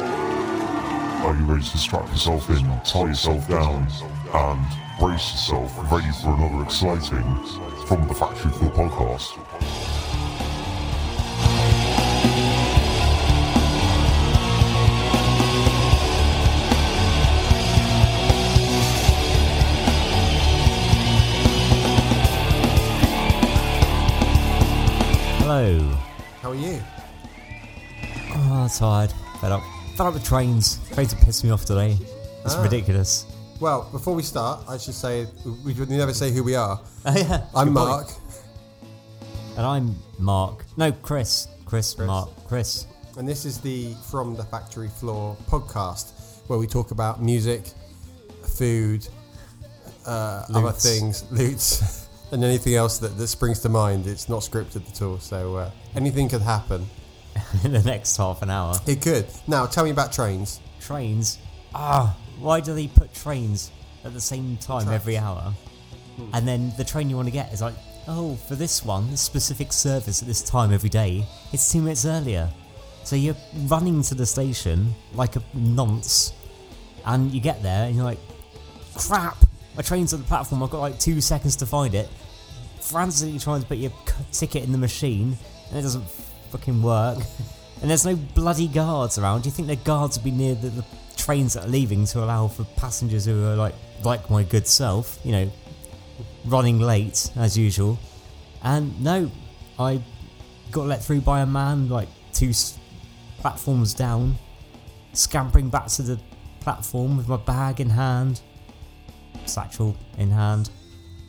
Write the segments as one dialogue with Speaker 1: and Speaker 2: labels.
Speaker 1: Are you ready to strap yourself in, tie yourself down, and brace yourself ready for another exciting From the Factory to the Podcast?
Speaker 2: Hello.
Speaker 3: How are you?
Speaker 2: Oh, tired. Fed up. Fed up with trains. Trains have pissed me off today. It's
Speaker 3: Ah.
Speaker 2: ridiculous.
Speaker 3: Well, before we start, I should say we would never say who we are.
Speaker 2: yeah.
Speaker 3: I'm Mark.
Speaker 2: And I'm Mark. No, Chris. Chris, Mark, Chris.
Speaker 3: And this is the From the Factory Floor podcast, where we talk about music, food, uh, other
Speaker 2: Loots.
Speaker 3: things, loots, and anything else that, that springs to mind. It's not scripted at all, so uh, anything could happen.
Speaker 2: In the next half an hour.
Speaker 3: It could. Now, tell me about trains.
Speaker 2: Trains. Ah, why do they put trains at the same time
Speaker 3: Tracks.
Speaker 2: every hour? And then the train you want to get is like, oh, for this one, this specific service at this time every day, it's two minutes earlier. So you're running to the station like a nonce, and you get there and you're like, crap, my train's on the platform, I've got like two seconds to find it. Frantically trying to put your c- ticket in the machine, and it doesn't fucking work. and there's no bloody guards around. Do you think the guards would be near the, the trains that are leaving to allow for passengers who are like, like my good self, you know, running late as usual? And no, I got let through by a man like two s- platforms down, scampering back to the platform with my bag in hand, satchel in hand,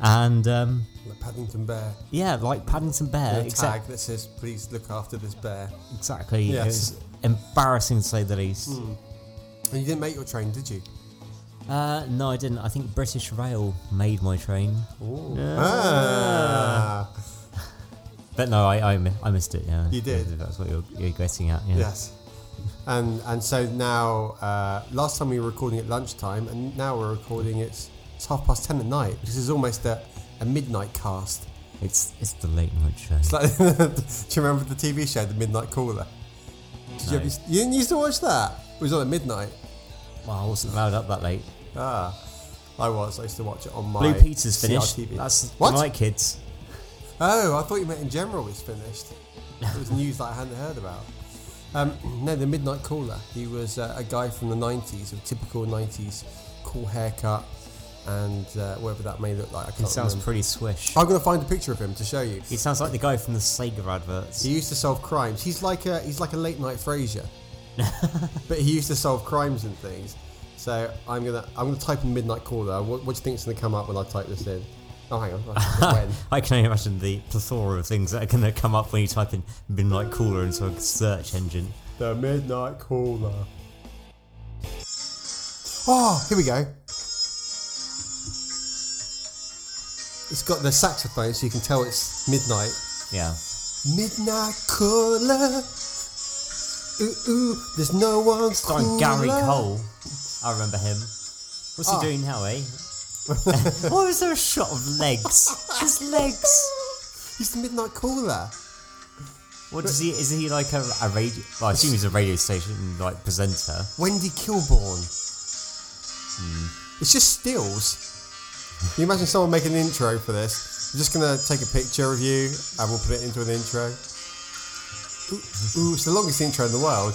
Speaker 2: and um,
Speaker 3: The Paddington Bear.
Speaker 2: yeah, like Paddington Bear,
Speaker 3: and a
Speaker 2: except
Speaker 3: tag that says, please look after this bear.
Speaker 2: exactly. It
Speaker 3: Yes.
Speaker 2: was embarrassing to say the least.
Speaker 3: And you didn't make your train, did you?
Speaker 2: Uh, no, I didn't. I think British Rail made my train,
Speaker 3: Ah.
Speaker 2: but no, I I, mi- I missed it. Yeah,
Speaker 3: You did.
Speaker 2: That's what you're, you're getting at. Yeah.
Speaker 3: Yes. And and so now, uh, last time we were recording at lunchtime, and now we're recording it's, it's half past ten at night. This is almost a, a midnight cast.
Speaker 2: It's it's the late night show.
Speaker 3: It's like, do you remember the TV show, The Midnight Caller? Did you,
Speaker 2: No.
Speaker 3: ever, you didn't used to watch that? It was on at midnight.
Speaker 2: Well, I wasn't allowed up that late.
Speaker 3: Ah, I was. I used to watch it on my
Speaker 2: Blue Peter's finished.
Speaker 3: CRTV.
Speaker 2: That's
Speaker 3: what?
Speaker 2: what? night, kids.
Speaker 3: Oh, I thought you meant in general it's finished. It was news that I hadn't heard about. Um, no, the Midnight Caller. He was uh, a guy from the 90s, a typical 90s cool haircut and uh, whatever that may look like. I
Speaker 2: It
Speaker 3: can't
Speaker 2: sounds
Speaker 3: remember.
Speaker 2: pretty swish.
Speaker 3: I'm going to find a picture of him to show you.
Speaker 2: He sounds like the guy from the Sega adverts.
Speaker 3: He used to solve crimes. He's like a, he's like a late night Frasier. but he used to solve crimes and things. So I'm going to I'm gonna type in Midnight Caller. What, what do you think's going to come up when I type this in? Oh, hang on. when?
Speaker 2: I can only imagine the plethora of things that are going to come up when you type in Midnight Caller into a search engine.
Speaker 3: The Midnight Caller. Oh, here we go. It's got the saxophone, so you can tell it's midnight.
Speaker 2: Yeah.
Speaker 3: Midnight caller. Ooh, ooh, there's no one
Speaker 2: Starring Gary
Speaker 3: cooler.
Speaker 2: Cole. I remember him. What's
Speaker 3: Ah.
Speaker 2: he doing now, eh? Why was there a shot of legs? His legs.
Speaker 3: He's the Midnight Caller.
Speaker 2: What does he? Is he like a, a radio? Well, I assume he's a radio station like presenter.
Speaker 3: Wendy Kilborn. It's just stills. Can you imagine someone making an intro for this? I'm just gonna take a picture of you and we'll put it into an intro. Ooh, ooh, it's the longest intro in the world.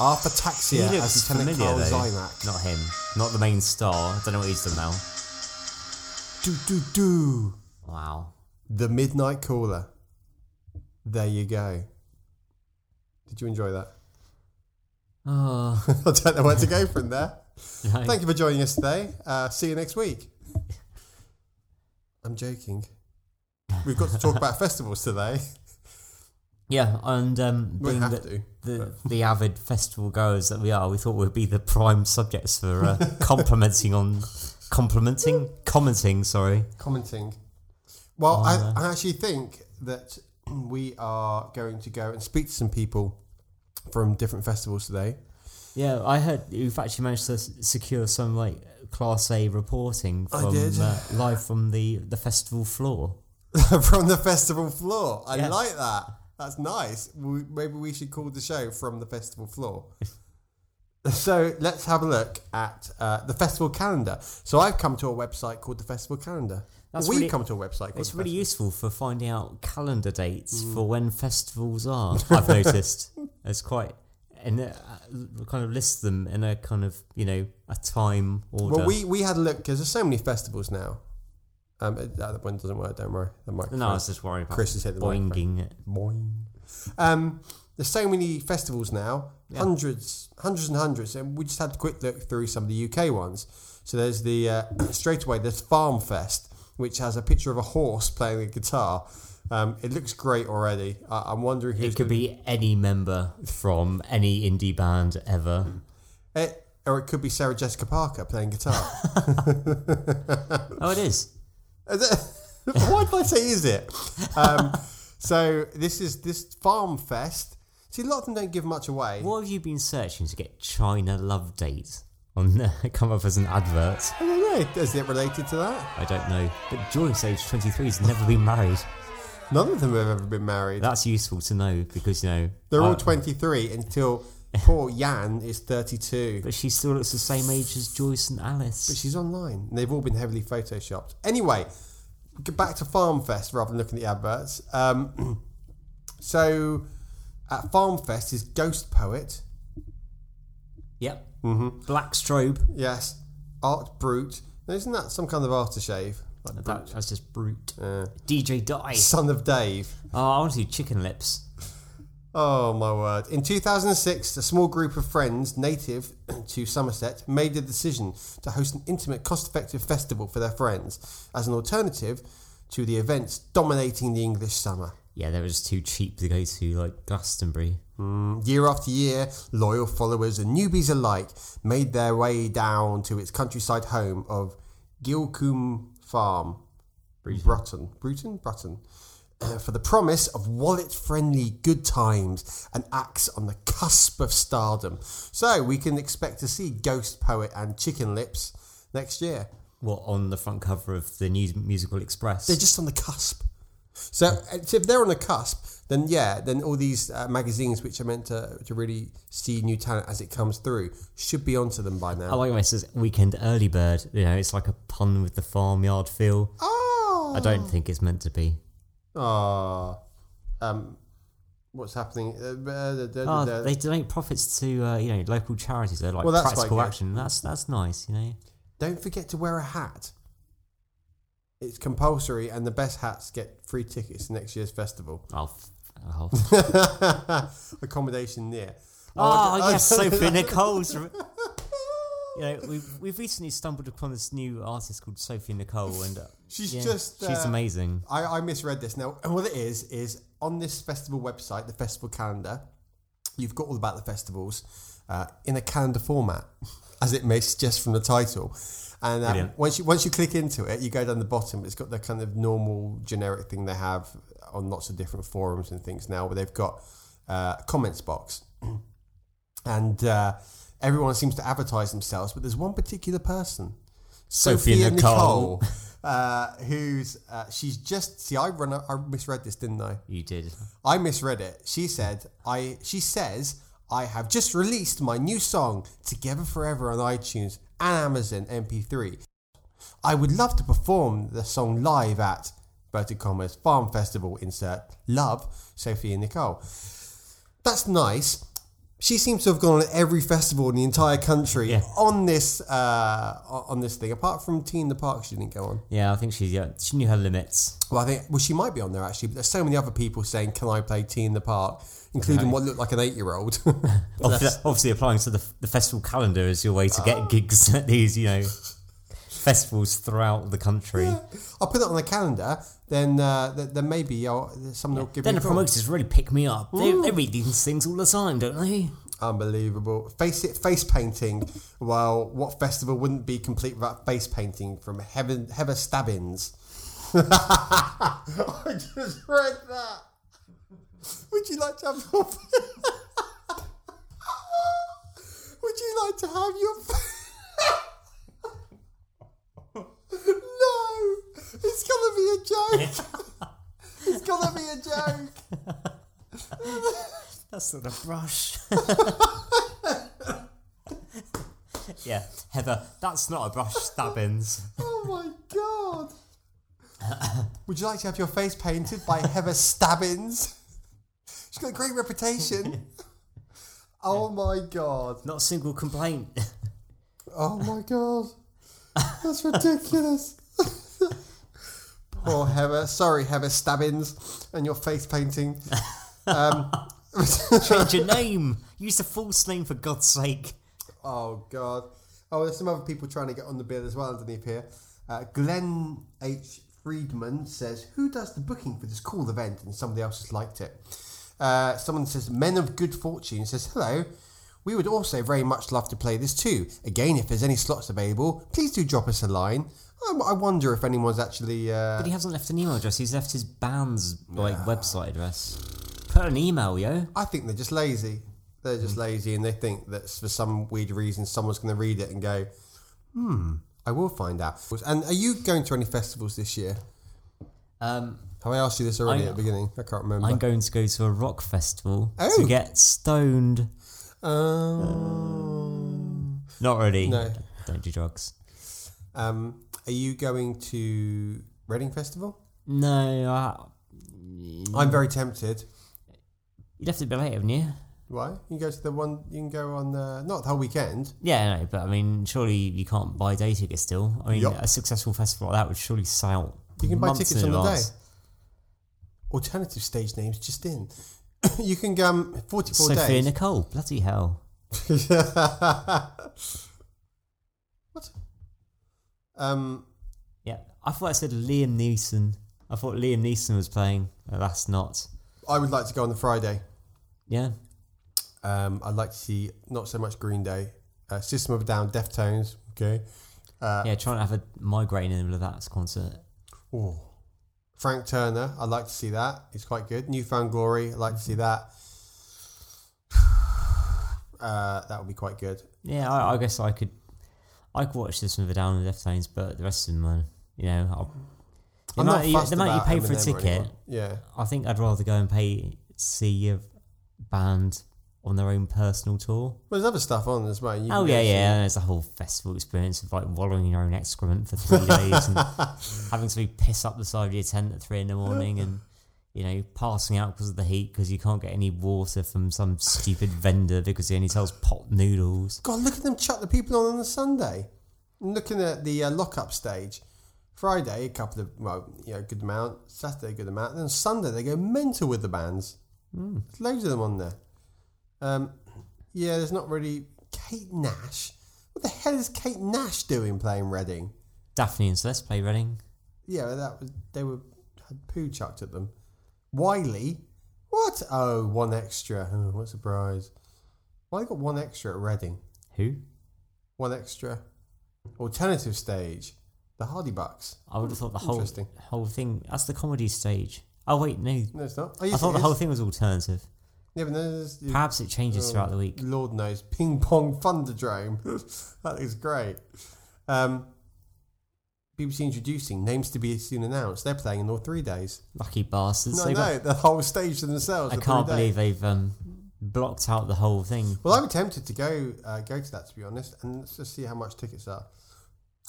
Speaker 3: Arpataxia
Speaker 2: he
Speaker 3: as
Speaker 2: looks
Speaker 3: Lieutenant
Speaker 2: familiar
Speaker 3: Carl
Speaker 2: though.
Speaker 3: Zymak.
Speaker 2: Not him. Not the main star. I don't know what he's done now.
Speaker 3: Do do do.
Speaker 2: Wow.
Speaker 3: The Midnight Caller. There you go. Did you enjoy that?
Speaker 2: Oh.
Speaker 3: I don't know where to go from there.
Speaker 2: no.
Speaker 3: Thank you for joining us today. Uh, see you next week. I'm joking. We've got to talk about festivals today.
Speaker 2: Yeah, and um,
Speaker 3: We
Speaker 2: being
Speaker 3: have
Speaker 2: the,
Speaker 3: to.
Speaker 2: the, the avid festival goers that we are, we thought we'd be the prime subjects for uh, complimenting on complimenting commenting. Sorry,
Speaker 3: Commenting. Well, I, I actually think that we are going to go and speak to some people from different festivals today.
Speaker 2: yeah, I heard you've actually managed to s- secure some like class A reporting
Speaker 3: I
Speaker 2: from
Speaker 3: did.
Speaker 2: Uh, live from the the festival floor.
Speaker 3: from the festival floor. I
Speaker 2: Yes.
Speaker 3: like that. That's nice. We, maybe we should call the show from the festival floor. so let's have a look at uh, the festival calendar. So I've come to a website called the festival calendar.
Speaker 2: That's
Speaker 3: We've
Speaker 2: really-
Speaker 3: come to a website. Called
Speaker 2: It's
Speaker 3: the
Speaker 2: really
Speaker 3: festival.
Speaker 2: useful for finding out calendar dates
Speaker 3: Mm.
Speaker 2: for when festivals are. I've noticed it's quite and uh, kind of lists them in a kind of you know a time order.
Speaker 3: Well, we, we had a look because there's so many festivals now. Um, it- that one doesn't work. Don't worry. The microphone.
Speaker 2: no, I was just worried about
Speaker 3: Chris has hit the microphone.
Speaker 2: boinging it.
Speaker 3: Boing. Um, there's so many festivals now, hundreds, hundreds and hundreds, and we just had a quick look through some of the UK ones. So there's the uh, straight away there's Farm Fest, which has a picture of a horse playing a guitar. Um, it looks great already. I, I'm wondering who's
Speaker 2: It could be any member from any indie band ever.
Speaker 3: gonna- it, or it could be Sarah Jessica Parker playing guitar.
Speaker 2: Oh, it is.
Speaker 3: Why did I say is it? Um, so this is this Farm Fest. See, a lot of them don't give much away.
Speaker 2: What have you been searching to get China Love Date on the, come up as an advert?
Speaker 3: I don't know. Is it related to that?
Speaker 2: I don't know. But Joyce, age 23, has never been married.
Speaker 3: None of them have ever been married.
Speaker 2: That's useful to know because, you know.
Speaker 3: They're all
Speaker 2: uh,
Speaker 3: 23 until poor Yan is 32.
Speaker 2: But she still looks the same age as Joyce and
Speaker 3: But
Speaker 2: Alice.
Speaker 3: she's online. And they've all been heavily photoshopped. Anyway, get back to Farm Fest rather than looking at the adverts. Um, so at Farm Fest is Ghost Poet.
Speaker 2: Yep. Mm-hmm. Black strobe.
Speaker 3: Yes. Art Brute. Now, isn't that some kind of aftershave? Like
Speaker 2: That,
Speaker 3: Brute.
Speaker 2: that's just brute.
Speaker 3: Uh,
Speaker 2: DJ Die.
Speaker 3: Son of Dave.
Speaker 2: Oh, I want to do chicken lips.
Speaker 3: Oh my word. In 2006, a small group of friends native to Somerset made the decision to host an intimate, cost effective festival for their friends as an alternative to the events dominating the English summer.
Speaker 2: Yeah, they were just too cheap to go to, like Glastonbury.
Speaker 3: Year after year, loyal followers and newbies alike made their way down to its countryside home of Gilcombe Farm, Bruton, Bruton, Bruton, uh, for the promise of wallet-friendly good times and acts on the cusp of stardom. So we can expect to see Ghost Poet and Chicken Lips next year.
Speaker 2: What, on the front cover of the New Musical Express?
Speaker 3: They're just on the cusp. So uh, so if they're on the cusp, then yeah, then all these uh, magazines which are meant to, to really see new talent as it comes through should be onto them by
Speaker 2: I
Speaker 3: now.
Speaker 2: like when it says weekend early bird. You know, it's like a pun with the farmyard feel.
Speaker 3: Oh,
Speaker 2: I don't think it's meant to be.
Speaker 3: Oh. Um, what's happening? Uh, uh, da- da- da-
Speaker 2: Oh,
Speaker 3: da.
Speaker 2: they donate profits to uh, you know local charities. They're like
Speaker 3: Well, that's
Speaker 2: practical
Speaker 3: quite good.
Speaker 2: action. That's that's nice. You know,
Speaker 3: Don't forget to wear a hat. It's compulsory, and the best hats get free tickets to next year's festival.
Speaker 2: oh, f- oh.
Speaker 3: Accommodation near.
Speaker 2: oh
Speaker 3: I- I-
Speaker 2: yes, Sophie Nicole's. re- You know, we've, we've recently stumbled upon this new artist called Sophie Nicole, and uh,
Speaker 3: She's
Speaker 2: yeah,
Speaker 3: just,
Speaker 2: she's
Speaker 3: uh,
Speaker 2: amazing.
Speaker 3: I, I misread this. Now, what it is, is on this festival website, the festival calendar, you've got all about the festivals uh, in a calendar format, as it may suggest from the title. And um,
Speaker 2: Brilliant.
Speaker 3: once you once you click into it, you go down the bottom. It's got the kind of normal generic thing they have on lots of different forums and things now, where they've got uh, comments box, and uh, everyone seems to advertise themselves. But there's one particular person
Speaker 2: Sophia Nicole.
Speaker 3: uh, who's uh, she's just see I run I misread this didn't I
Speaker 2: You did.
Speaker 3: I misread it she said I she says I have just released my new song Together Forever on iTunes and Amazon MP3 I would love to perform the song live at inverted commas farm festival insert love Sophie and Nicole that's nice she seems to have gone on every festival in the entire country
Speaker 2: Yeah.
Speaker 3: on this uh, on this thing apart from Teen the Park she didn't go on
Speaker 2: Yeah, I think she yeah, she knew her limits.
Speaker 3: well, I think well she might be on there actually, but there's so many other people saying, "Can I play Tea in the Park?" Including what looked like an eight-year-old.
Speaker 2: Obviously, obviously applying to the, the festival calendar is your way to get gigs at these, you know, festivals throughout the country.
Speaker 3: I'll put it on the calendar. Then, uh, th- then maybe I'll, someone will give
Speaker 2: Then
Speaker 3: me
Speaker 2: the
Speaker 3: a call.
Speaker 2: promoters really pick me up. They, they read these things all the time, don't they?
Speaker 3: Unbelievable face it face painting. Well, what festival wouldn't be complete without face painting from Heaven Heather Stabbins? I just read that. Would you like to have your? Would you like to have your? No! It's gonna be a joke! it's gonna be a joke!
Speaker 2: worse than a brush. yeah, Heather, that's not a brush. That bins.
Speaker 3: Oh my god. Would you like to have your face painted by Heather Stabbins? She's got a great reputation. Oh my god.
Speaker 2: Not a single complaint.
Speaker 3: Oh my god. That's ridiculous. Poor Heather. Sorry, Heather Stabbins, and your face painting.
Speaker 2: Change your name. Use the false name for God's sake.
Speaker 3: Oh god. Oh, there's some other people trying to get on the bill as well underneath here. Uh, Glenn H. Friedman says, "Who does the booking for this cool event?" And somebody else has liked it. Uh, someone says, "Men of Good Fortune" says, "Hello." We would also very much love to play this too. Again, if there's any slots available, please do drop us a line. I, I wonder if anyone's actually. Uh,
Speaker 2: But he hasn't left an email address. He's left his band's like website address. Put an email, yo.
Speaker 3: I think they're just lazy. They're just
Speaker 2: Hmm.
Speaker 3: lazy, and they think that for some weird reason someone's going to read it and go, "Hmm, I will find out." And are you going to any festivals this year?
Speaker 2: Um,
Speaker 3: Have I asked you this already
Speaker 2: I-
Speaker 3: at the beginning? I can't remember.
Speaker 2: I'm going to go to a rock festival
Speaker 3: Oh.
Speaker 2: to get stoned.
Speaker 3: um,
Speaker 2: Not really.
Speaker 3: No.
Speaker 2: Don't do drugs.
Speaker 3: um, are you going to Reading Festival?
Speaker 2: No, I, mm,
Speaker 3: I'm very tempted.
Speaker 2: you left it a bit late, haven't you?
Speaker 3: Why? You can go to the one. You can go on uh, not the whole weekend.
Speaker 2: Yeah, no, but I mean, surely you can't buy day tickets still. I mean,
Speaker 3: Yup.
Speaker 2: a successful festival like that would surely sell out.
Speaker 3: You can buy
Speaker 2: months
Speaker 3: tickets
Speaker 2: in
Speaker 3: on the
Speaker 2: advance.
Speaker 3: day. Alternative stage names just in. you can go um, 44
Speaker 2: Sophia
Speaker 3: days.
Speaker 2: Nicole, bloody hell.
Speaker 3: what? Um,
Speaker 2: Yeah, I thought I said Liam Neeson. I thought Liam Neeson was playing. Uh, that's not.
Speaker 3: I would like to go on the Friday.
Speaker 2: Yeah,
Speaker 3: Um, I'd like to see not so much Green Day, uh, System of a Down, Deftones. Okay. Uh,
Speaker 2: yeah. Trying to have a migraine in the middle of that concert.
Speaker 3: ooh. Frank Turner. I'd like to see that. It's quite good. Newfound Glory. I'd like to see that. Uh, that would be quite good.
Speaker 2: Yeah, I, I guess I could. I could watch this one for Down and Deftones, but the rest of them, uh, you know, I'll, the
Speaker 3: I'm not
Speaker 2: amount, you,
Speaker 3: fussed
Speaker 2: the amount you
Speaker 3: about
Speaker 2: pay for a
Speaker 3: Eminem or
Speaker 2: ticket,
Speaker 3: anyone. Yeah.
Speaker 2: I think I'd rather go and pay see a band on their own personal tour.
Speaker 3: Well, there's other stuff on as well. You can
Speaker 2: Oh
Speaker 3: go
Speaker 2: yeah,
Speaker 3: see-
Speaker 2: yeah. And there's a whole festival experience of like wallowing in your own excrement for three days and having to be piss up the side of your tent at three in the morning and you know passing out because of the heat because you can't get any water from some stupid vendor because he only sells pot noodles.
Speaker 3: God, look at them chuck the people on on the Sunday. I'm looking at the uh, lock-up stage. Friday, a couple of, well, you know, good amount. Saturday, good amount. Then Sunday, they go mental with the bands.
Speaker 2: Hmm.
Speaker 3: There's loads of them on there. Um, yeah, there's not really... Kate Nash? What the hell is Kate Nash doing playing Reading?
Speaker 2: Daphne and Celeste play Reading.
Speaker 3: Yeah, that was... They were... Had poo chucked at them. Wiley? What? Oh, one extra. Oh, what a surprise. Wiley got one extra at Reading.
Speaker 2: Who?
Speaker 3: One extra. Alternative stage. The Hardy Bucks.
Speaker 2: I would have thought the whole
Speaker 3: Interesting.
Speaker 2: whole thing. That's the comedy stage. Oh wait, no.
Speaker 3: No, it's not. Oh,
Speaker 2: I
Speaker 3: yes,
Speaker 2: thought
Speaker 3: it
Speaker 2: the whole
Speaker 3: is.
Speaker 2: thing was alternative.
Speaker 3: Yeah, but no, there's- Oh,
Speaker 2: Perhaps it changes throughout the week.
Speaker 3: Lord knows. Ping Pong Thunderdrome. that is great. Um, BBC introducing names to be soon announced. They're playing in all three days.
Speaker 2: Lucky bastards.
Speaker 3: No,
Speaker 2: They've got-
Speaker 3: no, the whole stage to themselves.
Speaker 2: I
Speaker 3: for
Speaker 2: can't
Speaker 3: three days.
Speaker 2: believe they've um, blocked out the whole thing.
Speaker 3: Well, I'm tempted to go uh, go to that to be honest, and let's just see how much tickets are.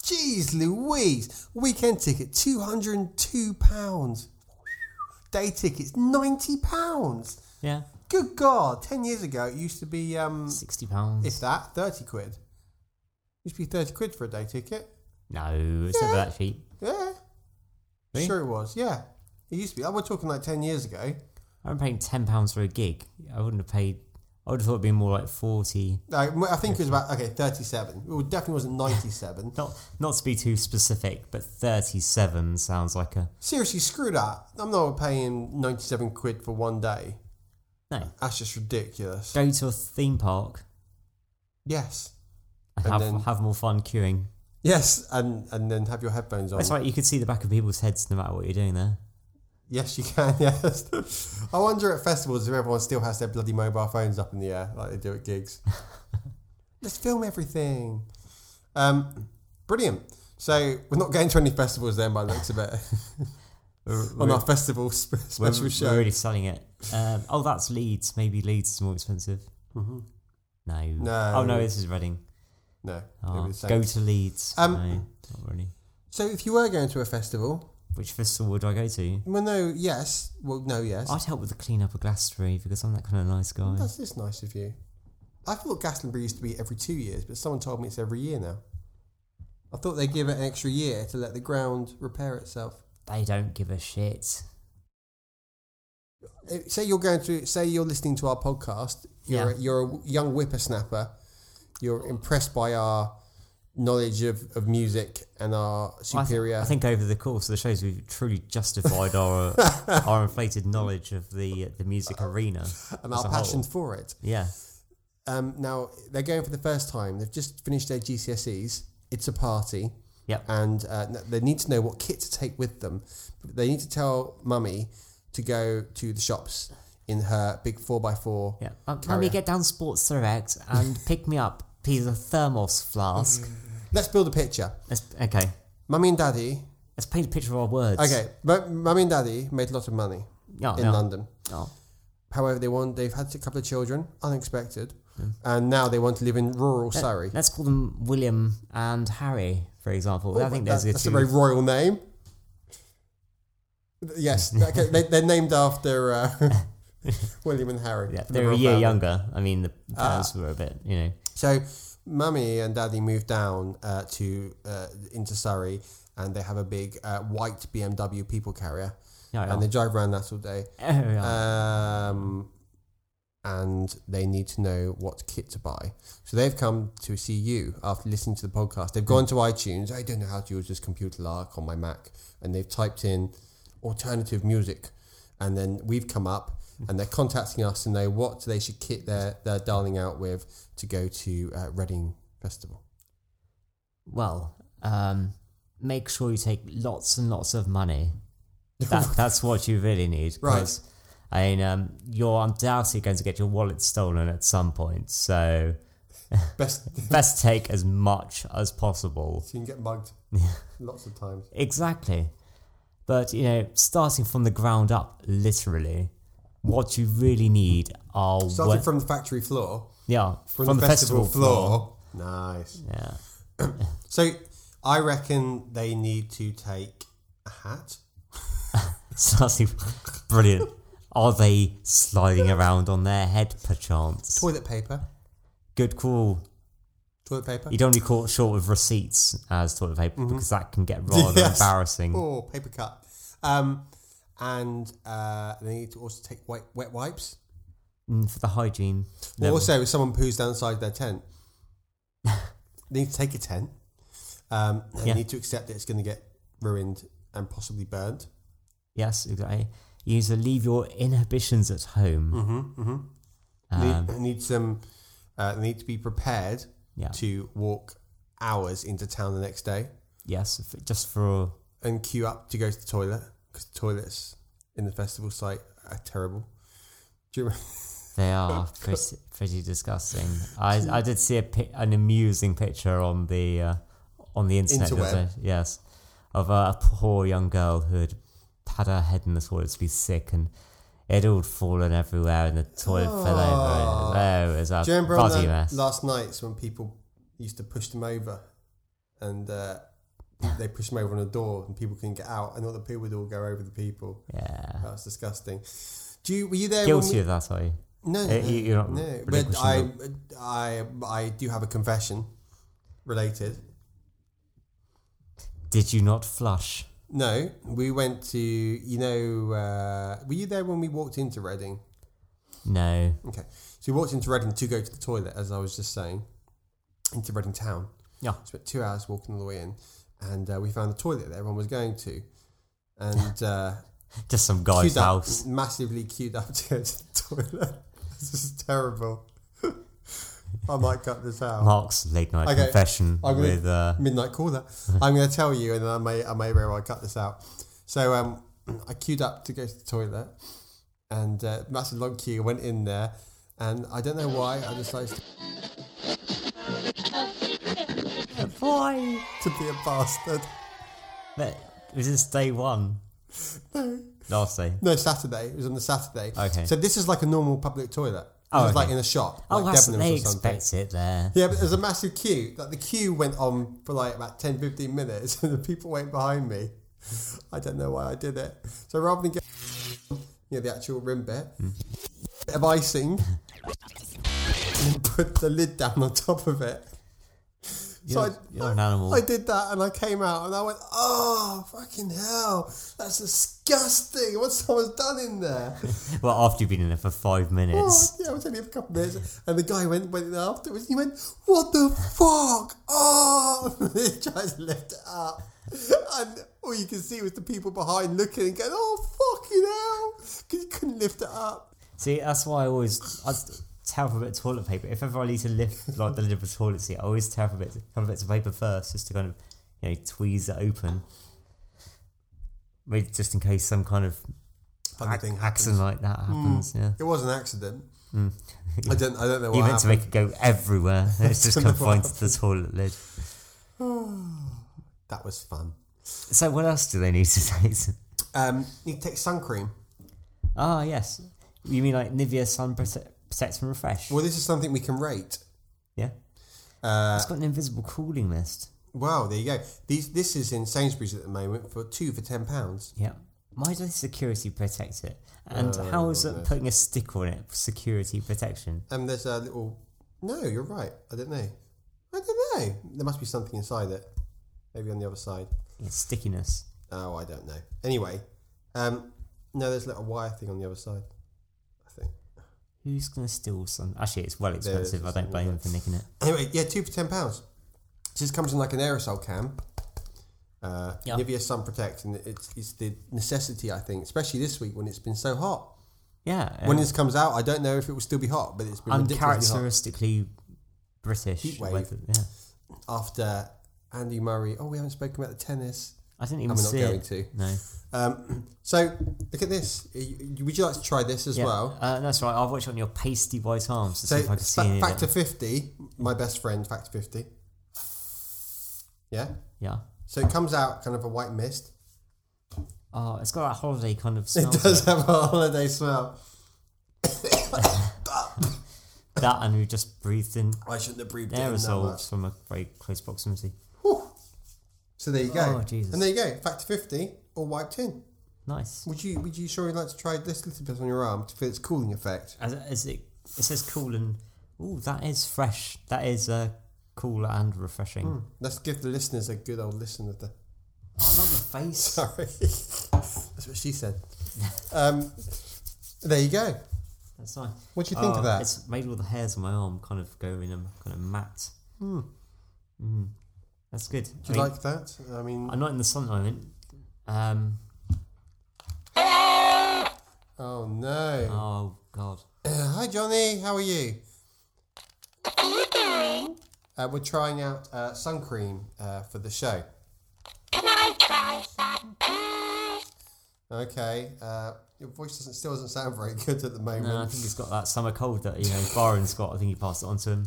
Speaker 3: Jeez Louise, weekend ticket two hundred and two pounds. Day tickets ninety pounds.
Speaker 2: Yeah,
Speaker 3: Good God! Ten years ago, it used to be um,
Speaker 2: sixty pounds.
Speaker 3: if that thirty quid. Used to be thirty quid for a day ticket.
Speaker 2: No, it's never that cheap.
Speaker 3: Yeah,
Speaker 2: Really?
Speaker 3: sure it was. Yeah, it used to be. Oh, we're talking like ten years ago.
Speaker 2: I'm paying ten pounds for a gig. I wouldn't have paid. I would have thought it'd be more like forty.
Speaker 3: No, I think it was about okay thirty-seven. It definitely wasn't ninety-seven.
Speaker 2: Not not to be too specific, but thirty-seven sounds like a
Speaker 3: Seriously, screw that. I'm not paying 97 quid for one day.
Speaker 2: no.
Speaker 3: That's just ridiculous.
Speaker 2: Go to a theme park
Speaker 3: Yes.
Speaker 2: and,
Speaker 3: And
Speaker 2: have
Speaker 3: then-
Speaker 2: have more fun queuing.
Speaker 3: Yes, and, and then have your headphones on.
Speaker 2: That's right. You could see the back of people's heads no matter what you're doing there.
Speaker 3: Yes, you can, yes. I wonder at festivals if everyone still has their bloody mobile phones up in the air like they do at gigs. Let's film everything. Um, brilliant. So we're not going to any festivals then by the looks of it
Speaker 2: We're,
Speaker 3: on
Speaker 2: we're-
Speaker 3: our festival sp-
Speaker 2: we're-
Speaker 3: special
Speaker 2: we're
Speaker 3: show.
Speaker 2: really selling it. Um, oh, that's Leeds. Maybe Leeds is more expensive.
Speaker 3: Mhm.
Speaker 2: No.
Speaker 3: No.
Speaker 2: Oh no, this is Reading.
Speaker 3: No.
Speaker 2: Oh,
Speaker 3: maybe the same.
Speaker 2: go to Leeds.
Speaker 3: Um,
Speaker 2: no, not really.
Speaker 3: so if you were going to a festival,
Speaker 2: Which festival would I go to?
Speaker 3: well, no, yes, well, no, yes.
Speaker 2: I'd help with the clean up of Glastonbury because I'm that kind of nice guy.
Speaker 3: That's just nice of you. I thought Glastonbury used to be every two years, but someone told me it's every year now. I thought they give it an extra year to let the ground repair itself.
Speaker 2: They don't give a shit.
Speaker 3: Uh, Say you're going to, say you're listening to our podcast. You're
Speaker 2: Yeah.
Speaker 3: a, you're a young whippersnapper. You're impressed by our knowledge of, of music and our
Speaker 2: I, thi-
Speaker 3: superior.
Speaker 2: I think over the course of the shows, we've truly justified our our inflated knowledge of the the
Speaker 3: Uh,
Speaker 2: music arena
Speaker 3: and
Speaker 2: as
Speaker 3: our
Speaker 2: a whole.
Speaker 3: passion for it.
Speaker 2: Yeah,
Speaker 3: Um, now they're going for the first time. They've just finished their GCSEs. It's a party.
Speaker 2: Yep.
Speaker 3: And uh, n- they need to know what kit to take with them. They need to tell mummy to go to the shops in her big four by four.
Speaker 2: yeah. Um, let
Speaker 3: Carry
Speaker 2: me
Speaker 3: on.
Speaker 2: get down Sports Direct and pick me up a piece of thermos flask.
Speaker 3: Let's build a picture.
Speaker 2: Let's, okay,
Speaker 3: Mummy and daddy.
Speaker 2: let's paint a picture of our words.
Speaker 3: Okay, but mummy and daddy made a lot of money
Speaker 2: Oh,
Speaker 3: in
Speaker 2: no.
Speaker 3: London.
Speaker 2: Oh.
Speaker 3: However, they want they've had a couple of children, unexpected,
Speaker 2: Mm.
Speaker 3: and now they want to live in rural Surrey.
Speaker 2: Let's call them William and Harry, for example. I think there's
Speaker 3: Oh, That- that's
Speaker 2: two.
Speaker 3: a very royal name. Yes, okay, they, they're named after uh, William and Harry.
Speaker 2: yeah,
Speaker 3: for the
Speaker 2: they're a
Speaker 3: royal
Speaker 2: year
Speaker 3: family. Ah.
Speaker 2: younger. I mean, the parents were a bit, you know.
Speaker 3: So, mummy and daddy moved down uh, to uh, into Surrey, and they have a big uh, white BMW people carrier,
Speaker 2: Yeah,
Speaker 3: and uh, they drive around that all day.
Speaker 2: yeah.
Speaker 3: Um, and they need to know what kit to buy. So they've come to see you after listening to the podcast. They've gone to iTunes. I don't know how to use this computer lark on my Mac. And they've typed in alternative music. And then we've come up and they're contacting us to know what they should kit their, their darling out with to go to uh, Reading Festival.
Speaker 2: Well, um, make sure you take lots and lots of money. That, that's what you really need. 'cause, I mean, um, you're undoubtedly going to get your wallet stolen at some point, so
Speaker 3: Best so
Speaker 2: best take as much as possible.
Speaker 3: you can get mugged lots of times.
Speaker 2: Exactly. But, you know, starting from the ground up, literally, what you really need are.
Speaker 3: Starting
Speaker 2: we-
Speaker 3: from the factory floor,
Speaker 2: yeah,
Speaker 3: from, the, festival, floor. Nice.
Speaker 2: Yeah.
Speaker 3: So I reckon they need to take a hat.
Speaker 2: Starting. Brilliant. Are they sliding around on their head, perchance?
Speaker 3: Toilet paper.
Speaker 2: Good call.
Speaker 3: Toilet paper.
Speaker 2: You'd only caught short with receipts as toilet paper because that can get rather
Speaker 3: Mm-hmm. Yes. Oh.
Speaker 2: embarrassing.
Speaker 3: Or paper cut. Um, and uh, they need to also take wet, wet wipes.
Speaker 2: Mm, For the hygiene. level.
Speaker 3: Also, if someone poos down the side of their tent, they need to take a tent. Um, they
Speaker 2: Yeah.
Speaker 3: need to accept that it's going to get ruined and possibly burnt.
Speaker 2: Yes, exactly. You need to leave your inhibitions at home.
Speaker 3: Mm-hmm, mm-hmm.
Speaker 2: Um,
Speaker 3: need, need some. Uh, they need to be prepared
Speaker 2: Yeah.
Speaker 3: to walk hours into town the next day.
Speaker 2: yes, if- just for.
Speaker 3: and queue up to go to the toilet because the toilets in the festival site are terrible. Do you remember?
Speaker 2: They are pretty, pretty disgusting. I, I did see a, pi- an amusing picture on the uh, on the internet. the other
Speaker 3: Interweb.
Speaker 2: day, yes, of a poor young girl who had had her head in the toilet to be sick and it all fallen everywhere and the toilet fell over. It, oh, it was a
Speaker 3: Do you remember on
Speaker 2: bloody
Speaker 3: the
Speaker 2: mess.
Speaker 3: last nights when people used to push them over and uh, they pushed them over on a door and people couldn't get out and all the people would all go over the people.
Speaker 2: yeah,
Speaker 3: That was disgusting. Do you were you there?
Speaker 2: guilty of
Speaker 3: When
Speaker 2: that, are you?
Speaker 3: we, no,
Speaker 2: Uh, you- you're not
Speaker 3: no. But
Speaker 2: relinquishing
Speaker 3: I, I, I do have a confession related.
Speaker 2: Did you not flush?
Speaker 3: No, we went to you know. Uh, were you there when we walked into Reading?
Speaker 2: No.
Speaker 3: Okay. So we walked into Reading to go to the toilet, as I was just saying, into Reading town.
Speaker 2: Yeah.
Speaker 3: Spent two hours walking all the way in, and uh, we found the toilet that everyone was going to. And uh,
Speaker 2: Just some guy's
Speaker 3: queued up-
Speaker 2: house.
Speaker 3: massively queued up to go to the toilet. this is terrible. I might cut this out.
Speaker 2: Mark's late night
Speaker 3: Okay,
Speaker 2: confession
Speaker 3: I'm gonna-
Speaker 2: with uh,
Speaker 3: midnight caller. I'm going to tell you, and then I may I may very well cut this out. So um, I queued up to go to the toilet, and uh, massive long queue. Went in there, and I don't know why I decided
Speaker 2: boy.
Speaker 3: to be a bastard.
Speaker 2: But was this day one? Last day.
Speaker 3: No, Saturday. It was on the Saturday.
Speaker 2: Okay.
Speaker 3: So this is like a normal public toilet. It
Speaker 2: Oh,
Speaker 3: was like
Speaker 2: okay.
Speaker 3: in a shop.
Speaker 2: Oh,
Speaker 3: like
Speaker 2: that's,
Speaker 3: Debenhams
Speaker 2: they
Speaker 3: or something.
Speaker 2: expect it there.
Speaker 3: Yeah, but there's a massive queue. Like the queue went on for like about 10, 15 minutes, and the people went behind me. I don't know why I did it. So rather than get you know, the actual rim bit,
Speaker 2: Hmm.
Speaker 3: bit of icing, and put the lid down on top of it. So
Speaker 2: You're- you're an animal.
Speaker 3: I did that, and I came out, and I went, "Oh, fucking hell! That's disgusting! What someone's done in there!"
Speaker 2: Well, after you've been in there for five minutes.
Speaker 3: Oh, yeah, I was only in for a couple of minutes. And the guy went went in afterwards and he went, What the fuck? Oh he tries to lift it up. And all you can see was the people behind looking and going, Oh fucking hell because you couldn't lift it up.
Speaker 2: See, that's why I always I tear up a bit of toilet paper. If ever I need to lift like the lid of a toilet seat, I always tear up a bit, have a bit of paper first, just to kind of you know tweeze it open. Maybe just in case some kind of
Speaker 3: Funny
Speaker 2: ac-
Speaker 3: thing
Speaker 2: accident
Speaker 3: happens. Hmm.
Speaker 2: like that happens. Yeah,
Speaker 3: It was an accident. I don't I don't know what
Speaker 2: you meant Hmm. to
Speaker 3: happened.
Speaker 2: make it go everywhere. and It's just
Speaker 3: Don't know what
Speaker 2: confined to the toilet lid.
Speaker 3: that was fun.
Speaker 2: So what else do they need to take?
Speaker 3: Um you take sun cream.
Speaker 2: Ah, yes. You mean like Nivea Sun Prote- Protect and Refresh?
Speaker 3: Well this is something we can rate.
Speaker 2: Yeah. it's got an invisible cooling mist.
Speaker 3: Uh, Wow, there you go. These this is in Sainsbury's at the moment for two for ten pounds.
Speaker 2: Yeah. Why does security protect it? And
Speaker 3: Oh,
Speaker 2: how is it putting a stick on it? for Security protection.
Speaker 3: Um, there's a little. No, you're right. I don't know. I don't know. There must be something inside it. Maybe on the other side.
Speaker 2: It's stickiness.
Speaker 3: Oh, I don't know. Anyway, um, no, there's a little wire thing on the other side. I think.
Speaker 2: Who's gonna steal some? Actually, it's well
Speaker 3: is
Speaker 2: expensive. I don't
Speaker 3: something
Speaker 2: blame them
Speaker 3: like
Speaker 2: for nicking it.
Speaker 3: Anyway, yeah, two for ten pounds. This comes in like an aerosol can. Uh,
Speaker 2: Yeah.
Speaker 3: Nivea Sun Protect, and it's it's the necessity I think, especially this week when it's been so hot.
Speaker 2: Yeah. um,
Speaker 3: When this comes out, I don't know if it will still be hot, but it's been ridiculously hot
Speaker 2: uncharacteristically British
Speaker 3: Heat wave.
Speaker 2: weather. Yeah.
Speaker 3: after Andy Murray. Oh, we haven't spoken about the tennis.
Speaker 2: I didn't even
Speaker 3: And we're not
Speaker 2: see
Speaker 3: going
Speaker 2: it.
Speaker 3: to.
Speaker 2: No.
Speaker 3: Um, so look at this. Y- Would you like to try this as
Speaker 2: Yeah.
Speaker 3: well?
Speaker 2: Uh, no, that's right. I'll watch it on your pasty white arms to
Speaker 3: So
Speaker 2: see if I can see
Speaker 3: fa-
Speaker 2: any of
Speaker 3: factor
Speaker 2: it.
Speaker 3: fifty, my best friend, factor fifty. Yeah.
Speaker 2: Yeah.
Speaker 3: So it comes out kind of a white mist.
Speaker 2: Oh, it's got that holiday kind of
Speaker 3: It
Speaker 2: smell. to
Speaker 3: does have a holiday smell.
Speaker 2: it. That, and we just breathed in
Speaker 3: I shouldn't have breathed it in that much.
Speaker 2: aerosols from a very close proximity.
Speaker 3: So there you go.
Speaker 2: Oh, Jesus.
Speaker 3: And there you go. Factor fifty or wiped in.
Speaker 2: Nice.
Speaker 3: Would you would you surely like to try this little bit on your arm to feel its cooling effect?
Speaker 2: As, as it, it says cool and oh, that is fresh. That is uh, cool and refreshing.
Speaker 3: Let's give the listeners a good old listen of the
Speaker 2: Oh, not the face.
Speaker 3: Sorry. That's what she said. Um, there you go.
Speaker 2: That's nice.
Speaker 3: What do you think
Speaker 2: Oh,
Speaker 3: of that?
Speaker 2: It's made all the hairs on my arm kind of go in a kind of matte. Hmm. That's good.
Speaker 3: Do you like that? I mean,
Speaker 2: I'm not in the sun at the moment. Um,
Speaker 3: oh no.
Speaker 2: oh god.
Speaker 3: Uh, hi, Johnny. How are you? Uh, we're trying out uh, sun cream uh, for the show. Okay. Uh, your voice doesn't still doesn't sound very good at the moment.
Speaker 2: No, I think he's got that summer cold that you know Byron Scott. I think he passed it on to him.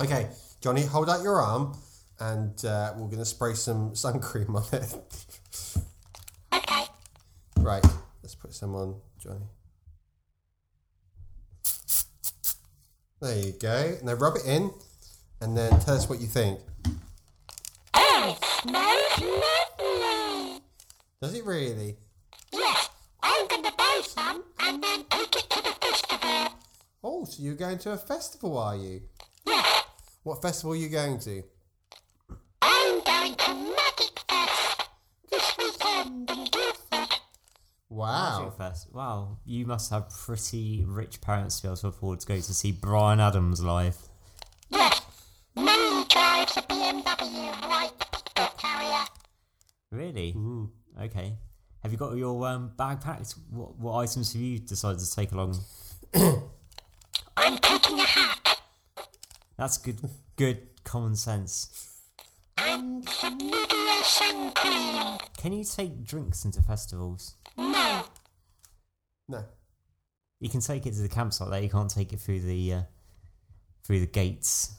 Speaker 3: Okay, Johnny, hold out your arm, and uh, we're going to spray some sun cream on it. okay. Right, let's put some on, Johnny. There you go. Now rub it in, and then tell us what you think.
Speaker 4: Oh, it smells lovely.
Speaker 3: Does it really?
Speaker 4: Yes, I'm going to buy some and then take it to the festival.
Speaker 3: Oh, so you're going to a festival, are you?
Speaker 4: Yes,
Speaker 3: What festival are you going to?
Speaker 4: I'm going to Magic Fest this weekend in Guildford.
Speaker 3: Wow.
Speaker 2: Magic Fest. Oh, Wow, you must have pretty rich parents to be able to afford to go to see Brian Adams live.
Speaker 4: Yes, Mummy drives a BMW white pickup carrier.
Speaker 2: Really? Okay. Have you got your um, bag packed? What, what items have you decided to take along?
Speaker 4: I'm taking a hat
Speaker 2: That's good. Good common sense.
Speaker 4: and some Nivea sun cream.
Speaker 2: Can you take drinks into festivals?
Speaker 4: No,
Speaker 3: No.
Speaker 2: You can take it to the campsite. There, you can't take it through the uh, through the gates.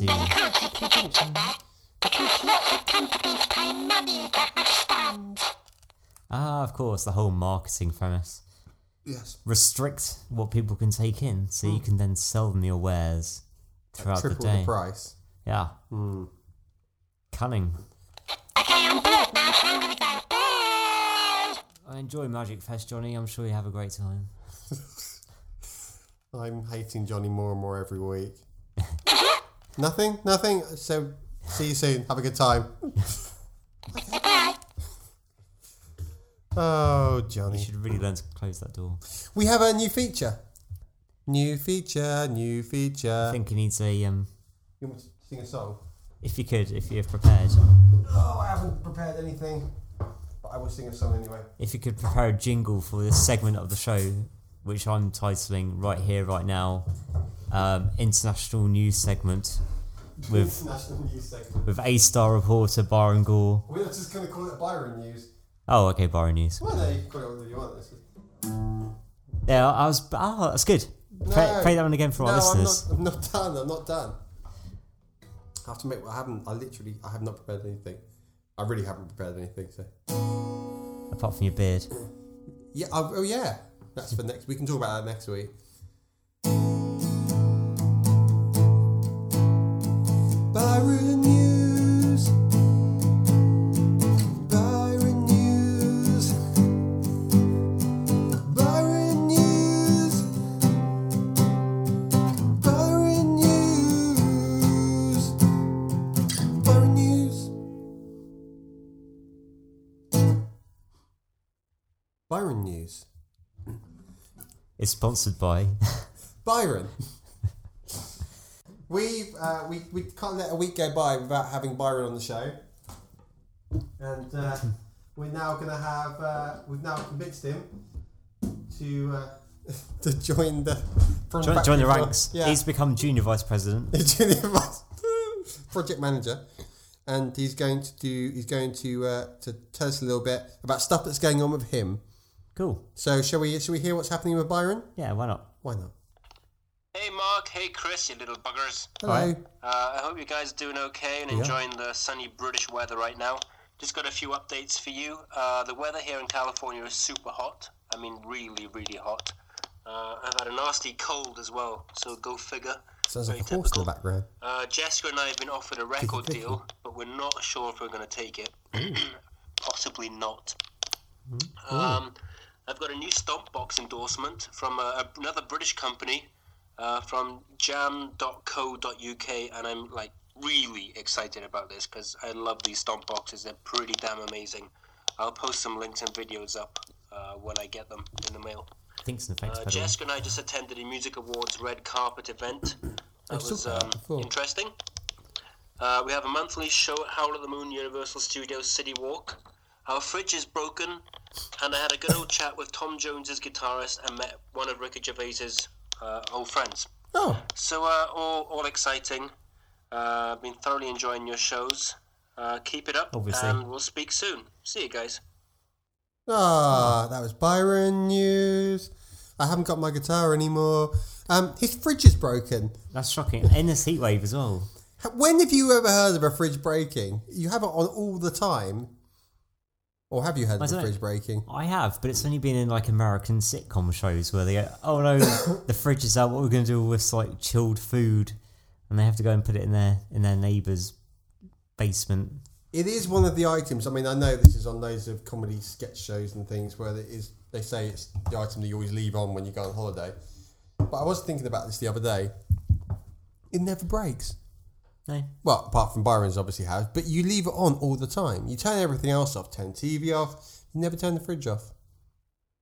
Speaker 4: they
Speaker 2: To
Speaker 4: can't take the drinks in there because lots of companies pay money to have stands.
Speaker 2: Ah, of course, the whole marketing premise.
Speaker 3: Yes.
Speaker 2: Restrict what people can take in so you can then sell them your wares throughout the
Speaker 3: Hmm. Triple
Speaker 2: day.
Speaker 3: the, price. Hmm.
Speaker 2: Yeah. Cunning.
Speaker 4: Okay, I'm bored now, so I'm gonna go. Bye!
Speaker 2: I enjoy Magic Fest, Johnny. I'm sure you have a great time.
Speaker 3: I'm hating Johnny more and more every week. nothing, nothing. So, see you soon. Have a good time.
Speaker 4: Goodbye!
Speaker 3: Oh,
Speaker 2: You
Speaker 3: Johnny.
Speaker 2: should really learn to close that door.
Speaker 3: We have a new feature. New feature, new feature.
Speaker 2: I think he needs a. Um,
Speaker 3: you want me to sing a song?
Speaker 2: if you could, if you're prepared,
Speaker 3: Oh, I haven't prepared anything, but I will sing a song anyway.
Speaker 2: if you could prepare a jingle for this segment of the show, which I'm titling right here, right now, um, international news segment with
Speaker 3: International news segment.
Speaker 2: with A Star reporter Byron Gore.
Speaker 3: We're not just going to call it Byron News.
Speaker 2: Oh, okay, Byron News.
Speaker 3: Well, no, you can call it whatever you want. This is-
Speaker 2: Yeah, I was. Ah, that's good. Play,
Speaker 3: No.
Speaker 2: play that one again for
Speaker 3: No,
Speaker 2: our
Speaker 3: I'm
Speaker 2: listeners.
Speaker 3: not, I'm not done. I'm not done. I have to make. I haven't. I literally. I have not prepared anything. I really haven't prepared anything. So
Speaker 2: Apart from your beard.
Speaker 3: yeah. I, oh yeah. That's for next. We can talk about that next week. Byron News. Byron News. Byron News. Byron News. Byron News. Byron News.
Speaker 2: It's sponsored by.
Speaker 3: Byron. we, uh, we we can't let a week go by without having Byron on the show, and uh, we're now going to have uh, we've now convinced him to uh, to join the from
Speaker 2: Join,
Speaker 3: back
Speaker 2: join the
Speaker 3: before-
Speaker 2: ranks.
Speaker 3: Yeah,
Speaker 2: He's become junior vice president.
Speaker 3: Junior vice- project manager, and he's going to do he's going to uh, to tell us a little bit about stuff that's going on with him.
Speaker 2: Cool.
Speaker 3: So shall we shall we hear what's happening with Byron?
Speaker 2: Yeah, why not?
Speaker 3: Why not?
Speaker 5: Hey Mark, hey Chris, you little buggers.
Speaker 3: Hello.
Speaker 5: Uh, I hope you guys are doing okay and enjoying the sunny British weather right now. Just got a few updates for you. Uh, the weather here in California is super hot. I mean, really, really hot. Uh, I've had a nasty cold as well, so go figure.
Speaker 3: Sounds like a
Speaker 5: Very
Speaker 3: horse in
Speaker 5: typical.
Speaker 3: the background.
Speaker 5: Uh, Jessica and I have been offered a record deal, but we're not sure if we're going to take it. Possibly not. Um, I've got a new Stompbox endorsement from uh, another British company uh, from jam.co.uk, and I'm like really excited about this because I love these Stompboxes. They're pretty damn amazing. I'll post some links and videos up uh, when I get them in the mail.
Speaker 2: Thinks and effects
Speaker 5: Uh,
Speaker 2: pedal.
Speaker 5: Jessica and I just attended a Music Awards red carpet event. That
Speaker 3: saw
Speaker 5: was
Speaker 3: that
Speaker 5: um,
Speaker 3: before.
Speaker 5: interesting. Uh, we have a monthly show at Howl at the Moon Universal Studios City Walk. Our fridge is broken, and I had a good old chat with Tom Jones's guitarist and met one of Ricky Gervais's uh, old friends.
Speaker 3: Oh,
Speaker 5: So uh, all all exciting. Uh, been thoroughly enjoying your shows. Uh, keep it up,
Speaker 2: Obviously.
Speaker 5: and we'll speak soon. See you guys.
Speaker 3: Ah, that was Byron news. I haven't got my guitar anymore. Um, his fridge is broken.
Speaker 2: That's shocking. In this heat wave as well.
Speaker 3: H- When have you ever heard of a fridge breaking? You have it on all the time, or have you heard
Speaker 2: I
Speaker 3: of a
Speaker 2: don't-
Speaker 3: fridge breaking?
Speaker 2: I have, but it's only been in like American sitcom shows where they go, "Oh no, the fridge is out. What we're going to do with like chilled food?" And they have to go and put it in their in their neighbour's basement.
Speaker 3: It is one of the items. I mean, I know this is on loads of comedy sketch shows and things where it is. They say it's the item that you always leave on when you go on holiday. But I was thinking about this the other day. It never breaks.
Speaker 2: No,
Speaker 3: Well, apart from Byron's obviously has, but you leave it on all the time. You turn everything else off, turn TV off, you never turn the fridge off.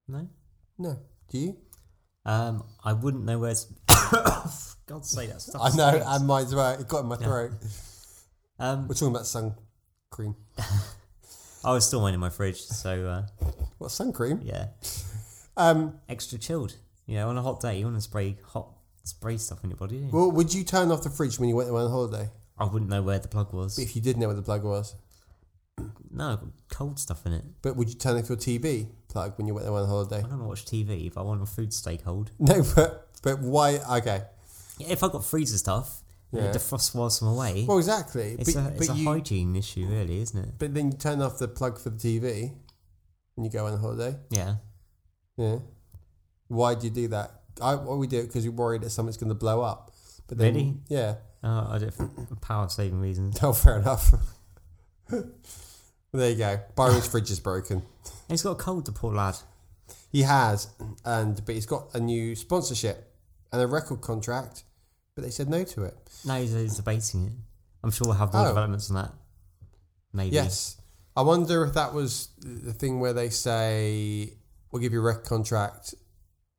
Speaker 2: no.
Speaker 3: No. Do you?
Speaker 2: Um, I wouldn't know where. To... God say that stuff.
Speaker 3: I know,
Speaker 2: stinks.
Speaker 3: and mine's about it got in my throat.
Speaker 2: Um,
Speaker 3: We're talking about sun cream.
Speaker 2: I was still mine in my fridge, so uh,
Speaker 3: What sun cream?
Speaker 2: yeah,
Speaker 3: Um
Speaker 2: extra chilled. You know, on a hot day, you want to spray hot spray stuff on your body. do
Speaker 3: well would you turn off the fridge when you went away on holiday?
Speaker 2: I wouldn't know where the plug was.
Speaker 3: If you did know where the plug was.
Speaker 2: No, I've got cold stuff in it.
Speaker 3: But would you turn off your TV plug when you went away on holiday?
Speaker 2: I don't watch TV, but I want a food stay cold.
Speaker 3: No, but but why okay.
Speaker 2: Yeah, if I got freezer stuff, yeah.
Speaker 3: Yeah.
Speaker 2: defrost whilst I'm away.
Speaker 3: Well exactly.
Speaker 2: it's
Speaker 3: but
Speaker 2: a, it's
Speaker 3: but
Speaker 2: a
Speaker 3: you
Speaker 2: hygiene issue, really, isn't it?
Speaker 3: but then you turn off the plug for the TV. when you go on holiday.
Speaker 2: Yeah.
Speaker 3: Yeah. Why do you do that? I, well, we do it because you're worried that something's going to blow up. But then,
Speaker 2: Really?
Speaker 3: Yeah.
Speaker 2: Oh, I did it for power saving reasons.
Speaker 3: Oh, fair enough. there you go. Byron's fridge is broken.
Speaker 2: He's got a cold, the poor lad.
Speaker 3: He has, and but he's got a new sponsorship and a record contract, but they said no to it.
Speaker 2: No, he's, he's debating it. I'm sure we'll have more
Speaker 3: Oh.
Speaker 2: developments on that. Maybe.
Speaker 3: Yes. I wonder if that was the thing where they say, we'll give you a record contract,